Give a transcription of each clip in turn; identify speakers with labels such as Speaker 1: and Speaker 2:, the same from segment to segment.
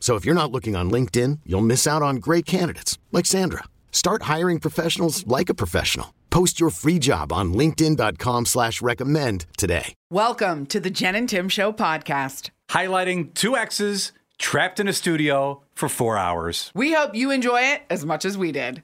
Speaker 1: So if you're not looking on LinkedIn, you'll miss out on great candidates like Sandra. Start hiring professionals like a professional. Post your free job on linkedin.com/recommend slash recommend today.
Speaker 2: Welcome to the Jen and Tim Show podcast.
Speaker 3: highlighting two exes trapped in a studio for four hours.
Speaker 2: We hope you enjoy it as much as we did.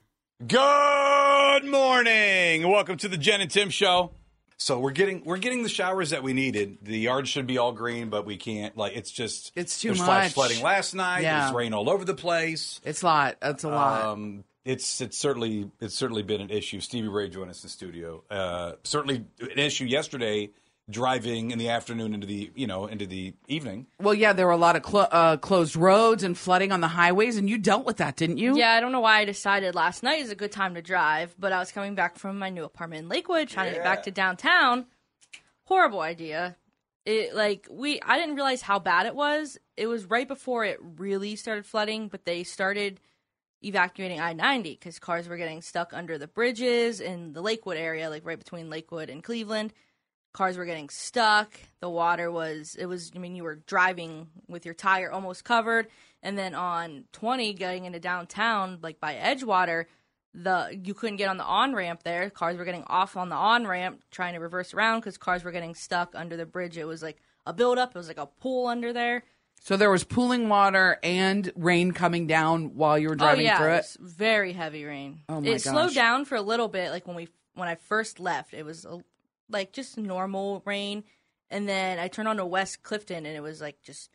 Speaker 3: Good morning. Welcome to the Jen and Tim show. So we're getting we're getting the showers that we needed. The yard should be all green, but we can't. Like it's just
Speaker 2: It's too
Speaker 3: there's flash
Speaker 2: much.
Speaker 3: flooding last night.
Speaker 2: Yeah.
Speaker 3: There's rain all over the place.
Speaker 2: It's a lot. It's a lot.
Speaker 3: Um, it's it's certainly it's certainly been an issue. Stevie Ray joined us in the studio. Uh, certainly an issue yesterday driving in the afternoon into the you know into the evening.
Speaker 2: well, yeah, there were a lot of clo- uh, closed roads and flooding on the highways, and you dealt with that, didn't you?
Speaker 4: Yeah, I don't know why I decided last night is a good time to drive, but I was coming back from my new apartment in Lakewood, trying to get back to downtown. Horrible idea. It like we I didn't realize how bad it was. It was right before it really started flooding, but they started evacuating I-90 cuz cars were getting stuck under the bridges in the Lakewood area, like right between Lakewood and Cleveland. Cars were getting stuck. The water was it was I mean you were driving with your tire almost covered and then on 20 getting into downtown like by Edgewater, the you couldn't get on the on ramp there. Cars were getting off on the on ramp trying to reverse around cuz cars were getting stuck under the bridge. It was like a buildup. It was like a pool under there.
Speaker 2: So there was pooling water and rain coming down while you were driving
Speaker 4: oh, yeah,
Speaker 2: through it.
Speaker 4: was very heavy rain.
Speaker 2: Oh, my
Speaker 4: it
Speaker 2: gosh.
Speaker 4: slowed down for a little bit, like when we when I first left, it was a, like just normal rain, and then I turned on to West Clifton, and it was like just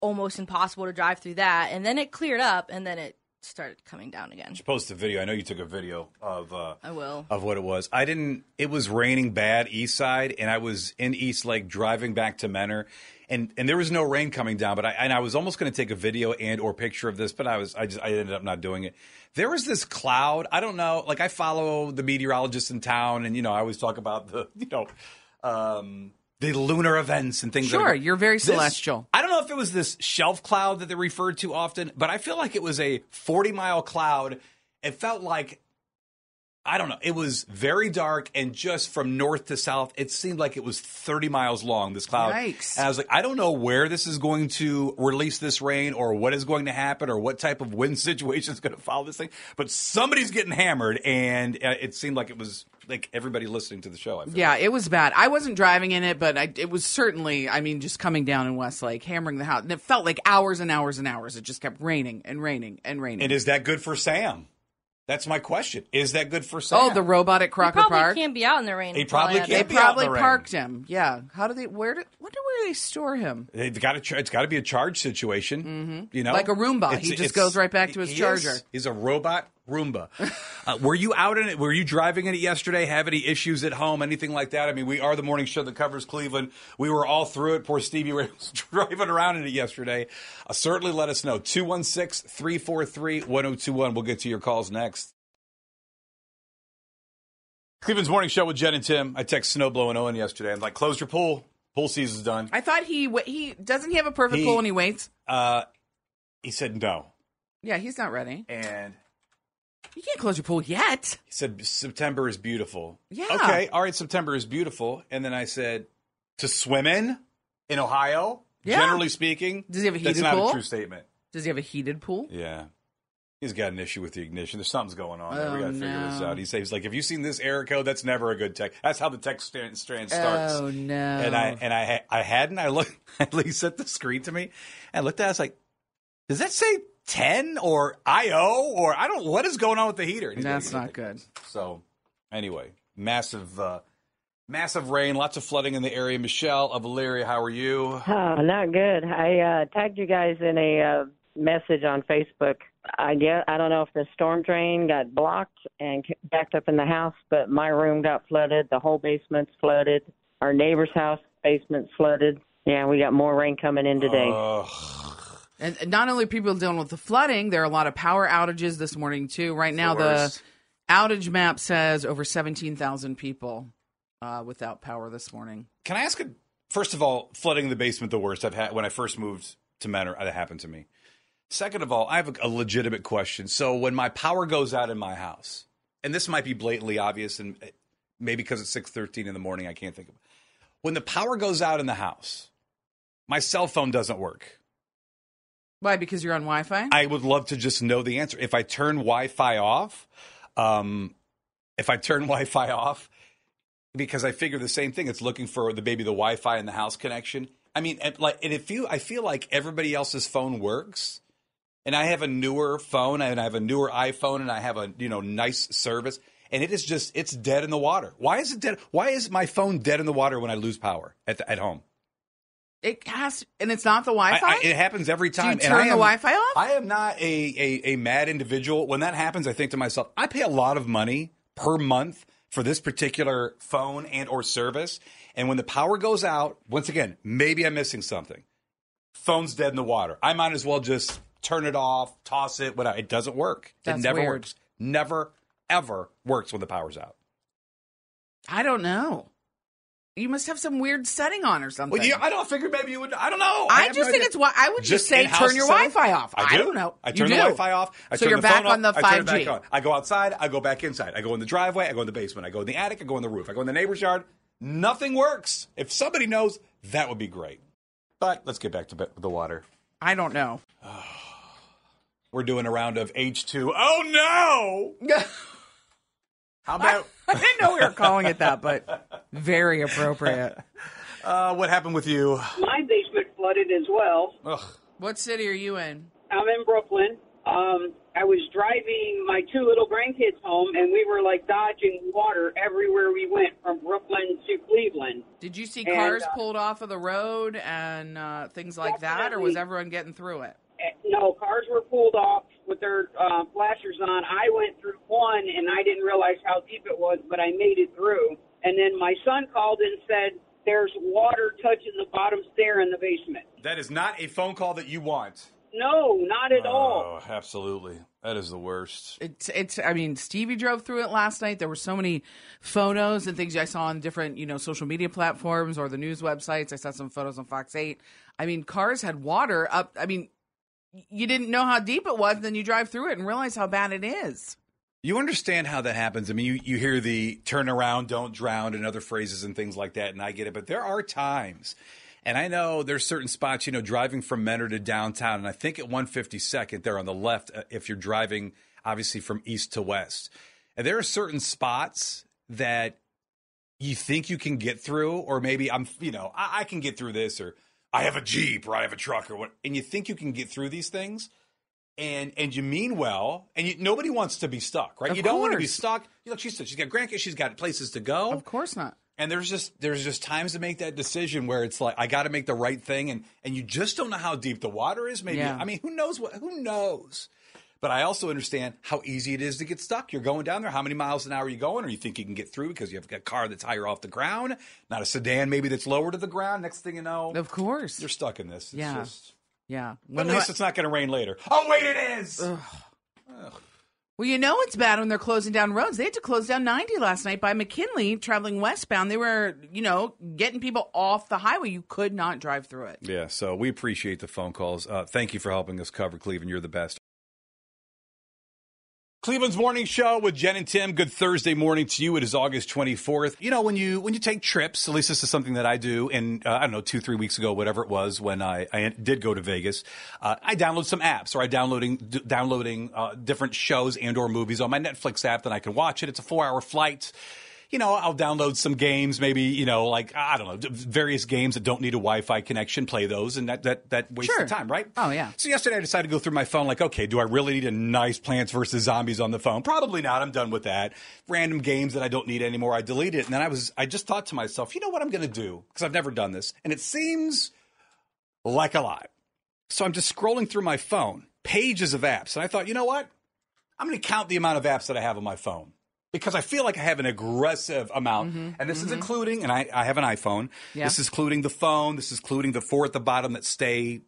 Speaker 4: almost impossible to drive through that. And then it cleared up, and then it started coming down again.
Speaker 3: Just post a video. I know you took a video of uh,
Speaker 4: I will.
Speaker 3: of what it was. I didn't. It was raining bad east side, and I was in East Lake driving back to Menor, and and there was no rain coming down. But I and I was almost going to take a video and or picture of this, but I was I just I ended up not doing it. There was this cloud. I don't know. Like I follow the meteorologists in town, and you know I always talk about the you know. Um, the lunar events and things. that
Speaker 2: Sure,
Speaker 3: are-
Speaker 2: you're very
Speaker 3: This-
Speaker 2: celestial.
Speaker 3: I don't know if it was this shelf cloud that they referred to often, but I feel like it was a 40 mile cloud. It felt like I don't know. It was very dark, and just from north to south, it seemed like it was 30 miles long, this cloud.
Speaker 2: Yikes.
Speaker 3: And I was like, I don't know where this is going to release this rain or what is going to happen or what type of wind situation is going to follow this thing, but somebody's getting hammered, and uh, it seemed like it was like everybody listening to the show. I feel.
Speaker 2: Yeah, it was bad. I wasn't driving in it, but I, it was certainly, I mean, just coming down in Westlake, hammering the house. And it felt like hours and hours and hours. It just kept raining and raining and raining.
Speaker 3: And is that good for Sam? That's my question. Is that good for Sam?
Speaker 2: oh, the robot at
Speaker 4: You
Speaker 2: Crocker
Speaker 4: probably
Speaker 2: Park.
Speaker 4: can't be out in the rain.
Speaker 3: He
Speaker 4: until
Speaker 3: probably
Speaker 4: I-
Speaker 2: They
Speaker 3: can't be out in
Speaker 2: probably
Speaker 3: the rain.
Speaker 2: parked him. Yeah. How do they? Where do? Wonder where they store him?
Speaker 3: They've got to. It's got to be a charge situation, you know,
Speaker 2: Mm-hmm. Like a Roomba. He just goes right back to his
Speaker 3: he
Speaker 2: charger.
Speaker 3: is- he's a robot Roomba. uh, were you out in it? Were you driving in it yesterday? Have any issues at home? Anything like that? I mean, we are the morning show that covers Cleveland. We were all through it. Poor Stevie Ray was driving around in it yesterday. Uh, certainly, let us know 216-343-1021. We'll get to your calls next. Cleveland's morning show with Jen and Tim. I text Snowblow and Owen yesterday. I'm like, close your pool. Pool season's done.
Speaker 2: I thought he wa- he doesn't he have a perfect
Speaker 3: He-
Speaker 2: pool when he waits.
Speaker 3: Uh, he said no,
Speaker 2: Yeah, he's not ready.
Speaker 3: and
Speaker 2: You can't close your pool yet.
Speaker 3: he said September is beautiful.
Speaker 2: Yeah.
Speaker 3: Okay. All right. September is beautiful. And then I said to swim in in Ohio.
Speaker 2: Yeah.
Speaker 3: Generally speaking,
Speaker 2: Does he have a
Speaker 3: that's
Speaker 2: heated
Speaker 3: not
Speaker 2: pool?
Speaker 3: a true statement.
Speaker 2: Does he have a heated pool?
Speaker 3: Yeah. He's got an issue with the ignition. There's something's going on. there. We
Speaker 2: Oh,
Speaker 3: got to figure this
Speaker 2: no.
Speaker 3: out. He says, "Like, have you seen this error code? That's never a good tech. That's how the tech strand, strand starts."
Speaker 2: Oh no!
Speaker 3: and I and I ha- I hadn't. I looked. He sent the screen to me. and I looked at. it. I was like, "Does that say 10 or IO or I don't what is going on with the heater. And he's
Speaker 2: That's
Speaker 3: gonna
Speaker 2: not
Speaker 3: get it
Speaker 2: good.
Speaker 3: fixed. So anyway, massive uh, massive rain, lots of flooding in the area. Michelle of Elyria, how are you?
Speaker 5: Oh, not good. I uh, tagged you guys in a uh, message on Facebook. I guess I don't know if the storm drain got blocked and c- backed up in the house, but my room got flooded. The whole basement's flooded. Our neighbor's house basement's flooded. Yeah, we got more rain coming in today.
Speaker 3: Uh, Ugh.
Speaker 2: And and not only people dealing with the flooding, there are a lot of power outages this morning too. Right now,
Speaker 3: worst.
Speaker 2: the outage map says over seventeen thousand people uh, without power this morning.
Speaker 3: Can I ask a first of all, flooding the basement the worst I've had when I first moved to Menor, that happened to me. Second of all, I have a, a legitimate question. So when my power goes out in my house, and this might be blatantly obvious, and eh, maybe because it's six thirteen in the morning, I can't think of it. When the power goes out in the house, my cell phone doesn't work.
Speaker 2: Why? Because you're on Wi-Fi.
Speaker 3: I would love to just know the answer. If I turn Wi-Fi off, um, if I turn Wi-Fi off, because I figure the same thing. It's looking for the maybe the Wi-Fi in the house connection. I mean, and like, and if you, I feel like everybody else's phone works, and I have a newer phone, and I have a newer iPhone, and I have a you know nice service, and it is just it's dead in the water. Why is it dead? Why is my phone dead in the water when I lose power at the, at home?
Speaker 2: it has, and it's not the Wi-Fi.
Speaker 3: I, I, it happens every time.
Speaker 2: Do you
Speaker 3: and I
Speaker 2: turn the
Speaker 3: am-
Speaker 2: Wi-Fi off?
Speaker 3: I am not a, a, a mad individual. When that happens, I think to myself, I pay a lot of money per month for this particular phone and or service. And when the power goes out, once again, maybe I'm missing something. Phone's dead in the water. I might as well just turn it off, toss it, whatever. It doesn't work.
Speaker 2: That's
Speaker 3: it never
Speaker 2: weird.
Speaker 3: works. Never, ever works when the power's out.
Speaker 2: I don't know. You must have some weird setting on or something.
Speaker 3: Well, you, I don't figure maybe you would. I don't know.
Speaker 2: I
Speaker 3: have
Speaker 2: just
Speaker 3: no
Speaker 2: think
Speaker 3: idea.
Speaker 2: it's why- I would just say
Speaker 3: in-house
Speaker 2: turn your
Speaker 3: stuff?
Speaker 2: Wi-Fi off. I
Speaker 3: do.
Speaker 2: don't know.
Speaker 3: I
Speaker 2: You
Speaker 3: turn the
Speaker 2: do.
Speaker 3: Wi-Fi off. I
Speaker 2: So
Speaker 3: turn
Speaker 2: you're
Speaker 3: the
Speaker 2: back
Speaker 3: phone off,
Speaker 2: on the
Speaker 3: I turn it
Speaker 2: 5G.
Speaker 3: back on. I go outside. I go back inside. I go in the driveway. I go in the basement. I go in the attic. I go in the roof. I go in the neighbor's yard. Nothing works. If somebody knows, that would be great. But let's get back to be- the water.
Speaker 2: I don't know.
Speaker 3: We're doing a round of H2. Oh no!
Speaker 2: Ah.
Speaker 3: How about
Speaker 2: I didn't know we were calling it that, but very appropriate.
Speaker 3: uh, what happened with you?
Speaker 6: My basement flooded as well.
Speaker 3: Ugh.
Speaker 2: What city are you in?
Speaker 6: I'm in Brooklyn. Um, I was driving my two little grandkids home, and we were like dodging water everywhere we went from Brooklyn to Cleveland.
Speaker 2: Did you see
Speaker 6: And,
Speaker 2: cars
Speaker 6: uh,
Speaker 2: pulled off of the road and uh, things like that, or was
Speaker 6: Definitely.
Speaker 2: everyone getting through it?
Speaker 6: Eh, No, cars were pulled off with their uh, flashers on. I went through one, and I didn't realize how deep it was, but I made it through. And then my son called and said, There's water touching the bottom stair in the basement.
Speaker 3: That is not a phone call that you want.
Speaker 6: No, not at all.
Speaker 3: Oh, absolutely. That is the worst.
Speaker 2: It's, it's. I mean, Stevie drove through it last night. There were so many photos and things I saw on different, you know, social media platforms or the news websites. I saw some photos on Fox Eight. I mean, cars had water up. I mean, you didn't know how deep it was, and then you drive through it and realize how bad it is.
Speaker 3: You understand how that happens. I mean, you, you hear the turn around, don't drown, and other phrases and things like that, and I get it. But there are times, and I know there's certain spots, you know, driving from Menor to downtown, and I think at 152nd, there on the left, uh, if you're driving, obviously, from east to west. And there are certain spots that you think you can get through, or maybe I'm, you know, I, I can get through this, or I have a Jeep, or I have a truck, or what, and you think you can get through these things and and you mean well, and you, nobody wants to be stuck, right?
Speaker 2: Of
Speaker 3: you don't want to be
Speaker 2: course.
Speaker 3: stuck. Like she said, she's got grandkids, she's got places to go,
Speaker 2: Of course not.
Speaker 3: and there's just there's just times to make that decision where it's like I got to make the right thing, and and you just don't know how deep the water is. Maybe
Speaker 2: Yeah.
Speaker 3: I mean, who knows what? Who knows? But I also understand how easy it is to get stuck. You're going down there. How many miles an hour are you going? Or you think you can get through because you have a car that's higher off the ground, not a sedan maybe that's lower to the ground. Next thing you know,
Speaker 2: Of course.
Speaker 3: you're stuck in this. It's
Speaker 2: Yeah.
Speaker 3: just-
Speaker 2: yeah.
Speaker 3: but
Speaker 2: When
Speaker 3: at least it's not going to rain later. Oh wait, it is.
Speaker 2: Well, you know it's bad when they're closing down roads. They had to close down 90 last night by McKinley traveling westbound. They were, you know, getting people off the highway. You could not drive through it.
Speaker 3: Yeah, so we appreciate the phone calls. Uh, thank you for helping us cover Cleveland. You're the best. Cleveland's morning show with Jen and Tim. Good Thursday morning to you. It is August 24th. You know, when you when you take trips, at least this is something that I do. And uh, I don't know, two three weeks ago, whatever it was, when I, I did go to Vegas, uh, I download some apps or I downloading d- downloading uh, different shows and or movies on my Netflix app. Then I can watch it. It's a four hour flight you know, I'll download some games, maybe, you know, like, I don't know, d- various games that don't need a Wi Fi connection, play those, and that, that, that wastes
Speaker 2: Sure.
Speaker 3: the time, right?
Speaker 2: Oh, yeah.
Speaker 3: So yesterday I decided to go through my phone, like, okay, do I really need a nice Plants vs. Zombies on the phone? Probably not. I'm done with that. Random games that I don't need anymore, I delete it. And then I was, I just thought to myself, you know what I'm going to do? Because I've never done this. And it seems like a lie. So I'm just scrolling through my phone, pages of apps. And I thought, you know what? I'm going to count the amount of apps that I have on my phone because I feel like I have an aggressive amount. And this is including, and I, I have an iPhone.
Speaker 2: Mm-hmm. Yeah.
Speaker 3: This is including the phone. This is including the four at the bottom that stay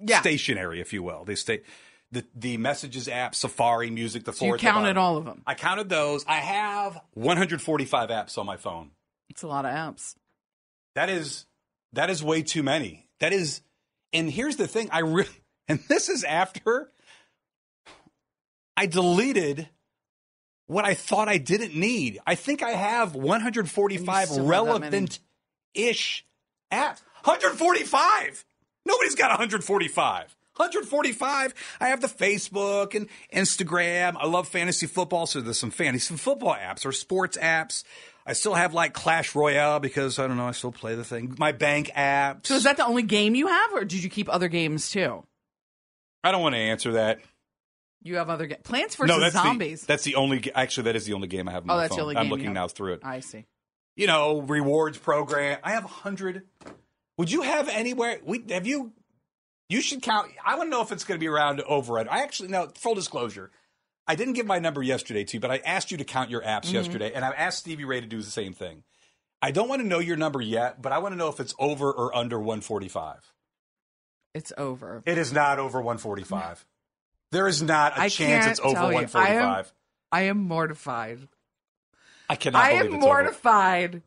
Speaker 2: Yeah.
Speaker 3: stationary, if you will. They stay the the messages app, Safari, music, the
Speaker 2: So
Speaker 3: four.
Speaker 2: you
Speaker 3: at the
Speaker 2: counted
Speaker 3: bottom.
Speaker 2: all of them.
Speaker 3: I counted those. I have 145 apps on my phone.
Speaker 2: It's a lot of apps.
Speaker 3: That is that is way too many. That is, and here's the thing. I really and this is after I deleted what I thought I didn't need. I think I have
Speaker 2: You
Speaker 3: 145
Speaker 2: still have that many.
Speaker 3: relevant ish apps. 145. Nobody's got 145. 145. I have the Facebook and Instagram. I love fantasy football, so there's some fantasy football apps or sports apps. I still have like Clash Royale because I don't know, I still play the thing. My bank app.
Speaker 2: So is that the only game you have, or did you keep other games too?
Speaker 3: I don't want to answer that.
Speaker 2: You have other ga- Plants versus
Speaker 3: no, that's
Speaker 2: Zombies.
Speaker 3: The, that's the only. ga- Actually, that is the only game I have. On
Speaker 2: Oh,
Speaker 3: my
Speaker 2: that's the
Speaker 3: phone.
Speaker 2: only
Speaker 3: I'm
Speaker 2: game you
Speaker 3: looking
Speaker 2: have.
Speaker 3: now through it.
Speaker 2: I see.
Speaker 3: you know, rewards program. I have a hundred. Would you have anywhere? We have you. You should count. I want to know if it's going to be around over it. I actually no. Full disclosure, I didn't give my number yesterday to you, but I asked you to count your apps
Speaker 2: Mm-hmm.
Speaker 3: yesterday, and I asked Stevie Ray to do the same thing. I don't want to know your number yet, but I want to know if it's over or under 145.
Speaker 2: It's over.
Speaker 3: It is not over 145. There is not a
Speaker 2: I
Speaker 3: chance it's
Speaker 2: can't tell
Speaker 3: over
Speaker 2: you. I am-
Speaker 3: 145.
Speaker 2: I am mortified.
Speaker 3: I, cannot
Speaker 2: I
Speaker 3: believe
Speaker 2: am
Speaker 3: it's over.
Speaker 2: mortified.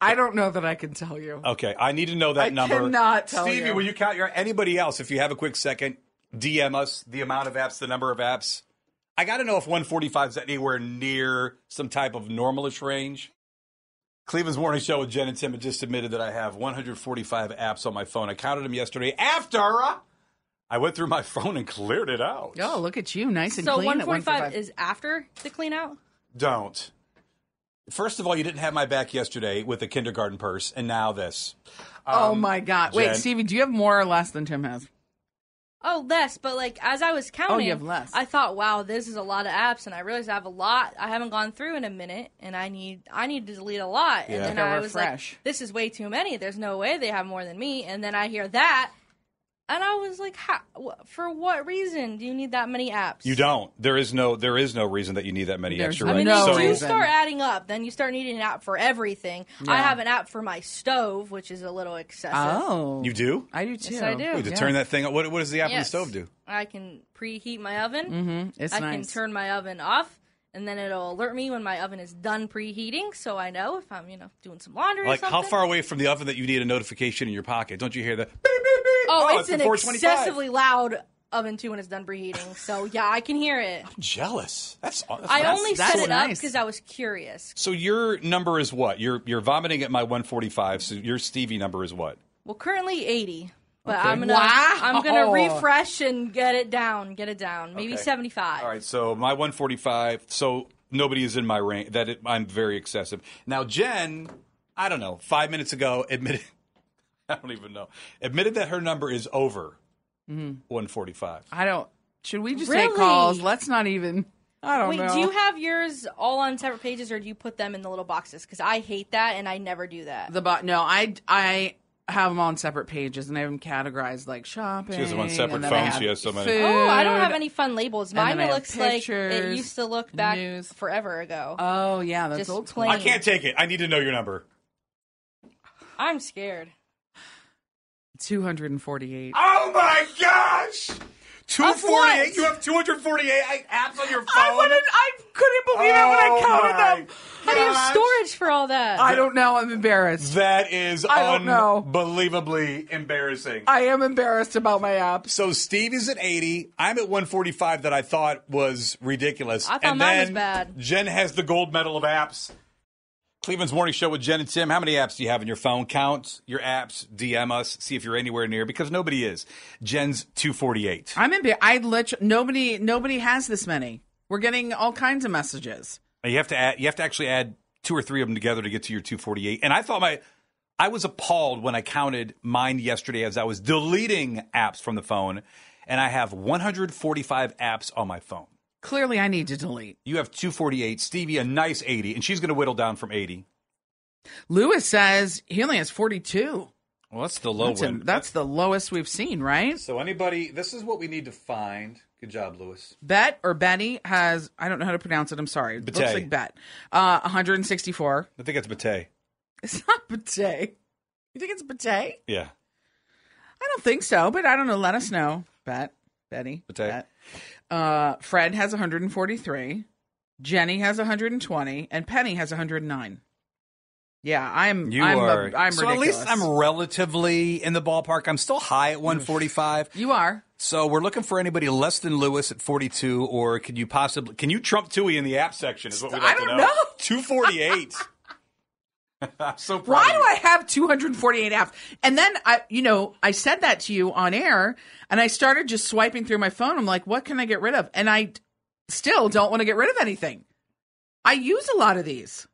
Speaker 2: I don't know that I can tell you.
Speaker 3: Okay, I need to know that
Speaker 2: I
Speaker 3: number.
Speaker 2: cannot tell
Speaker 3: Stevie,
Speaker 2: you.
Speaker 3: will you count your anybody else? If you have a quick second, DM us the amount of apps, the number of apps. I got to know if 145 is anywhere near some type of normalish range. Cleveland's Morning Show with Jen and Tim had just admitted that I have 145 apps on my phone. I counted them yesterday after I went through my phone and cleared it out.
Speaker 2: Oh, look at you, nice and
Speaker 4: So
Speaker 2: clean. at
Speaker 4: 145 is after the clean out?
Speaker 3: Don't. First of all, you didn't have my back yesterday with the kindergarten purse, and now this.
Speaker 2: Oh
Speaker 3: Um,
Speaker 2: my God! Wait,
Speaker 3: Jen.
Speaker 2: Stevie, do you have more or less than Tim has?
Speaker 4: Oh, less, but like as I was counting,
Speaker 2: Oh, have less.
Speaker 4: I thought, wow, this is a lot of apps, and I realized I have a lot I haven't gone through in a minute, and I need I need to delete a lot.
Speaker 3: Yeah.
Speaker 4: And then
Speaker 2: Go
Speaker 4: I was
Speaker 2: refresh.
Speaker 4: like, this is way too many. There's no way they have more than me. And then I hear that, and I was like, how, wh- for what reason do you need that many apps?
Speaker 3: You don't. There is no. There is no reason that you need that many
Speaker 2: There's
Speaker 3: extra.
Speaker 4: I
Speaker 3: right?
Speaker 4: mean,
Speaker 2: No
Speaker 4: they
Speaker 3: so,
Speaker 4: do
Speaker 2: reason.
Speaker 4: start adding up. Then you start needing an app for everything. I have an app for my stove, which is a little excessive.
Speaker 2: Oh,
Speaker 3: You do?
Speaker 2: I do too.
Speaker 4: Yes, I do.
Speaker 3: Wait, to
Speaker 2: Yeah.
Speaker 3: turn that thing. What, what does the app
Speaker 4: Yes.
Speaker 3: on the stove do?
Speaker 4: I can preheat my oven.
Speaker 2: Mm-hmm. It's
Speaker 4: I
Speaker 2: nice.
Speaker 4: can turn my oven off, and then it'll alert me when my oven is done preheating, so I know if I'm, you know, doing some laundry.
Speaker 3: Like
Speaker 4: or
Speaker 3: how
Speaker 4: something.
Speaker 3: far away from the oven that you need a notification in your pocket? Don't you hear that?
Speaker 4: Oh,
Speaker 3: Oh,
Speaker 4: it's,
Speaker 3: it's
Speaker 4: an
Speaker 3: at 425.
Speaker 4: excessively loud oven too when it's done preheating. So yeah, I can hear it.
Speaker 3: Jealous. That's. that's
Speaker 4: I
Speaker 3: that's-
Speaker 4: only
Speaker 2: that's
Speaker 4: set it up
Speaker 2: nice.
Speaker 4: because I was curious.
Speaker 3: So your number is what? You're you're vomiting at my 145. So your Stevie number is what?
Speaker 4: Well, currently 80, but
Speaker 3: Okay.
Speaker 4: I'm gonna
Speaker 2: Wow.
Speaker 4: I'm gonna refresh and get it down, get it down. Maybe
Speaker 3: Okay.
Speaker 4: 75.
Speaker 3: All right. So my 145. So nobody is in my range. That it, I'm very excessive. Now Jen, I don't know. Five minutes ago, admitted. I don't even know. Admitted that her number is over
Speaker 2: Mm-hmm.
Speaker 3: 145.
Speaker 2: I don't. Should we just
Speaker 4: Really?
Speaker 2: take calls? Let's not even. I don't
Speaker 4: Wait,
Speaker 2: know.
Speaker 4: do you have yours all on separate pages, or do you put them in the little boxes? Because I hate that, and I never do that.
Speaker 2: the bot? No, I I have them on separate pages and I have them categorized like shopping.
Speaker 3: She has them on separate
Speaker 2: and then I
Speaker 3: phones.
Speaker 2: have
Speaker 3: She has so many.
Speaker 2: food.
Speaker 4: Oh, I don't have any fun labels.
Speaker 2: And
Speaker 4: Mine
Speaker 2: then I have
Speaker 4: looks like it
Speaker 2: pictures,
Speaker 4: used to look back
Speaker 2: news.
Speaker 4: forever ago.
Speaker 2: Oh yeah, that's
Speaker 4: Just
Speaker 2: old
Speaker 4: plain.
Speaker 3: I can't take it. I need to know your number.
Speaker 4: I'm scared.
Speaker 2: Two hundred and forty-eight.
Speaker 3: Oh my gosh!
Speaker 4: Of what?
Speaker 3: 248? You have 248 apps on your phone?
Speaker 2: I wouldn't. I couldn't believe it when I
Speaker 3: Oh my
Speaker 2: counted them.
Speaker 4: How do you have
Speaker 3: gosh.
Speaker 4: storage for all that?
Speaker 2: I don't know. I'm embarrassed.
Speaker 3: That is
Speaker 2: I don't know.
Speaker 3: unbelievably embarrassing.
Speaker 2: I am embarrassed about my apps.
Speaker 3: so Steve is at 80. I'm at 145 that I thought was ridiculous.
Speaker 4: I thought
Speaker 3: and
Speaker 4: mine
Speaker 3: then
Speaker 4: was bad.
Speaker 3: Jen has the gold medal of apps. Cleveland's Morning Show with Jen and Tim. How many apps do you have in your phone? Count your apps, DM us, see if you're anywhere near because nobody is. Jen's 248.
Speaker 2: I'm embarrassed. I literally nobody nobody has this many. We're getting all kinds of messages.
Speaker 3: You have to add. You have to actually add two or three of them together to get to your 248. And I thought my, I was appalled when I counted mine yesterday as I was deleting apps from the phone, and I have 145 apps on my phone.
Speaker 2: Clearly, I need to delete.
Speaker 3: You have 248. Stevie, a nice 80, and she's going to whittle down from 80.
Speaker 2: Lewis says he only has 42.
Speaker 3: Well, that's the low
Speaker 2: That's, a- that's the lowest we've seen, right?
Speaker 3: so anybody, this is what we need to find. Good job, Lewis.
Speaker 2: Bet or Benny has, I don't know how to pronounce it. I'm sorry. It looks
Speaker 3: Bate.
Speaker 2: like Bet. Uh, 164.
Speaker 3: I think it's Bate.
Speaker 2: It's not Bate. You think it's Bate? I
Speaker 3: Yeah,
Speaker 2: don't think so, but I don't know. Let us know. Bet. Betty.
Speaker 3: Bate.
Speaker 2: Bet. Uh, Fred has 143. Jenny has 120. And Penny has 109. Yeah, I'm.
Speaker 3: You
Speaker 2: I'm
Speaker 3: are.
Speaker 2: A, I'm
Speaker 3: so
Speaker 2: ridiculous.
Speaker 3: at least I'm relatively in the ballpark. I'm still high at 145.
Speaker 2: You are.
Speaker 3: So we're looking for anybody less than Lewis at 42, or can you possibly can you trump Tui in the app section? Is what we'd
Speaker 2: I
Speaker 3: like to
Speaker 2: don't
Speaker 3: know.
Speaker 2: know.
Speaker 3: 248. I'm so proud.
Speaker 2: Why
Speaker 3: of
Speaker 2: do
Speaker 3: you.
Speaker 2: I have 248 apps? And then I, you know, I said that to you on air, and I started just swiping through my phone. I'm like, what can I get rid of? And I still don't want to get rid of anything. I use a lot of these.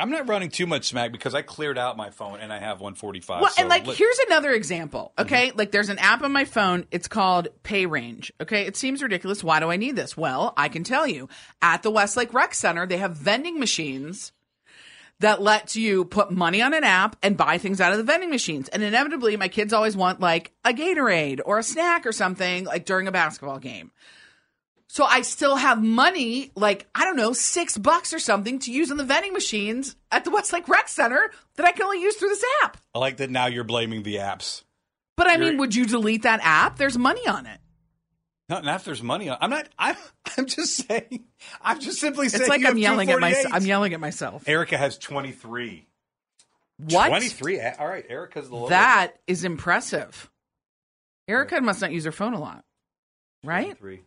Speaker 3: I'm not running too much smack because I cleared out my phone and I have 145.
Speaker 2: Well,
Speaker 3: so
Speaker 2: and like,
Speaker 3: let-
Speaker 2: here's another example. Okay. Like, there's an app on my phone. It's called PayRange. Okay. It seems ridiculous. Why do I need this? Well, I can tell you at the Westlake Rec Center, they have vending machines that lets you put money on an app and buy things out of the vending machines. And inevitably, my kids always want like a Gatorade or a snack or something like during a basketball game. So I still have money, like, I don't know, six bucks or something to use on the vending machines at the Westlake Rec Center that I can only use through this app.
Speaker 3: I like that now you're blaming the apps.
Speaker 2: But I
Speaker 3: You're-
Speaker 2: mean, would you delete that app? There's money on it.
Speaker 3: Not, not if there's money. on I'm not. I'm. I'm just saying. I'm just simply saying.
Speaker 2: It's like
Speaker 3: you
Speaker 2: I'm
Speaker 3: have
Speaker 2: yelling at myself.
Speaker 3: 248.
Speaker 2: I'm yelling at myself.
Speaker 3: Erica has 23.
Speaker 2: What?
Speaker 3: 23. All right, Erica's the lowest.
Speaker 2: That is impressive. Erica must not use her phone a lot, right? Mm-hmm.
Speaker 3: 23.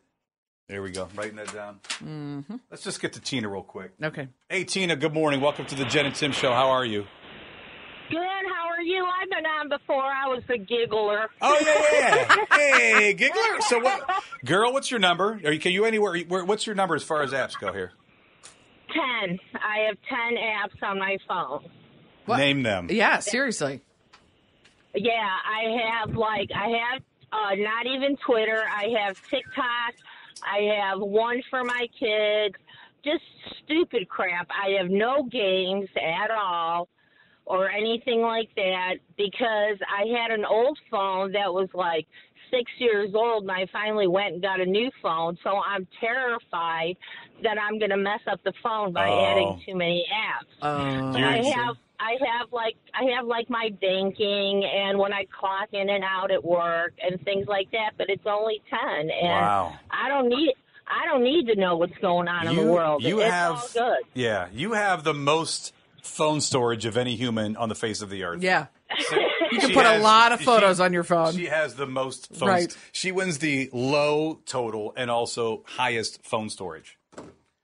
Speaker 3: There we go. Writing that down. Let's just get to Tina real quick.
Speaker 2: Okay.
Speaker 3: Hey, Tina. Good morning. Welcome to the Jen and Tim Show. How are you?
Speaker 7: Good. How are you? I've been on before. I was the giggler.
Speaker 3: Oh yeah, yeah. hey, giggler. So what, girl? What's your number? Are you? Can you anywhere? Where, what's your number as far as apps go here?
Speaker 7: Ten. I have ten apps on my phone.
Speaker 2: What?
Speaker 3: Name them.
Speaker 2: Yeah, seriously.
Speaker 7: Yeah, I have like I have uh, not even Twitter. I have TikTok. I have one for my kids. Just stupid crap. I have no games at all or anything like that because I had an old phone that was like six years old and I finally went and got a new phone. So I'm terrified that I'm going to mess up the phone by
Speaker 3: Oh.
Speaker 7: adding too many apps.
Speaker 2: Oh,
Speaker 7: But I have I have like I have like my banking and when I clock in and out at work and things like that, but it's only ten and
Speaker 3: Wow.
Speaker 7: I don't need I don't need to know what's going on in the world.
Speaker 3: You
Speaker 7: it's
Speaker 3: have.
Speaker 7: all good.
Speaker 3: Yeah, you have the most phone storage of any human on the face of the earth.
Speaker 2: yeah.
Speaker 3: you
Speaker 2: can put a lot of photos on your phone.
Speaker 3: She has the most phones.
Speaker 2: Right.
Speaker 3: She wins the low total and also highest phone storage.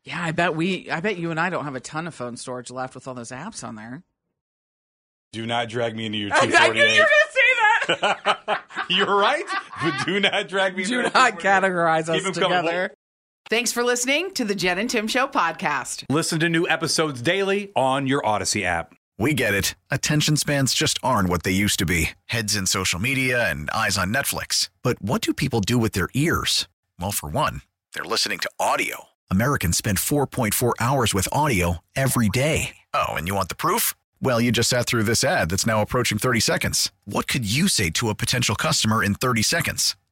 Speaker 2: Yeah, I bet we, I bet you and I don't have a ton of phone storage left with all those apps on there.
Speaker 3: Do not drag me into your
Speaker 2: I knew you were going
Speaker 3: 248.
Speaker 2: to say that.
Speaker 3: You're right, but do not drag me.
Speaker 2: Do
Speaker 3: into your
Speaker 2: not
Speaker 3: 248.
Speaker 2: categorize
Speaker 3: Keep
Speaker 2: us
Speaker 3: 'em coming.
Speaker 2: together. Thanks for listening to the Jen and Tim Show podcast.
Speaker 3: Listen to new episodes daily on your Odyssey app.
Speaker 8: We get it. Attention spans just aren't what they used to be heads in social media and eyes on Netflix. But what do people do with their ears? Well, for one, they're listening to audio. Americans spend 4.4 hours with audio every day. Oh, and you want the proof? Well, you just sat through this ad that's now approaching 30 seconds. What could you say to a potential customer in 30 seconds?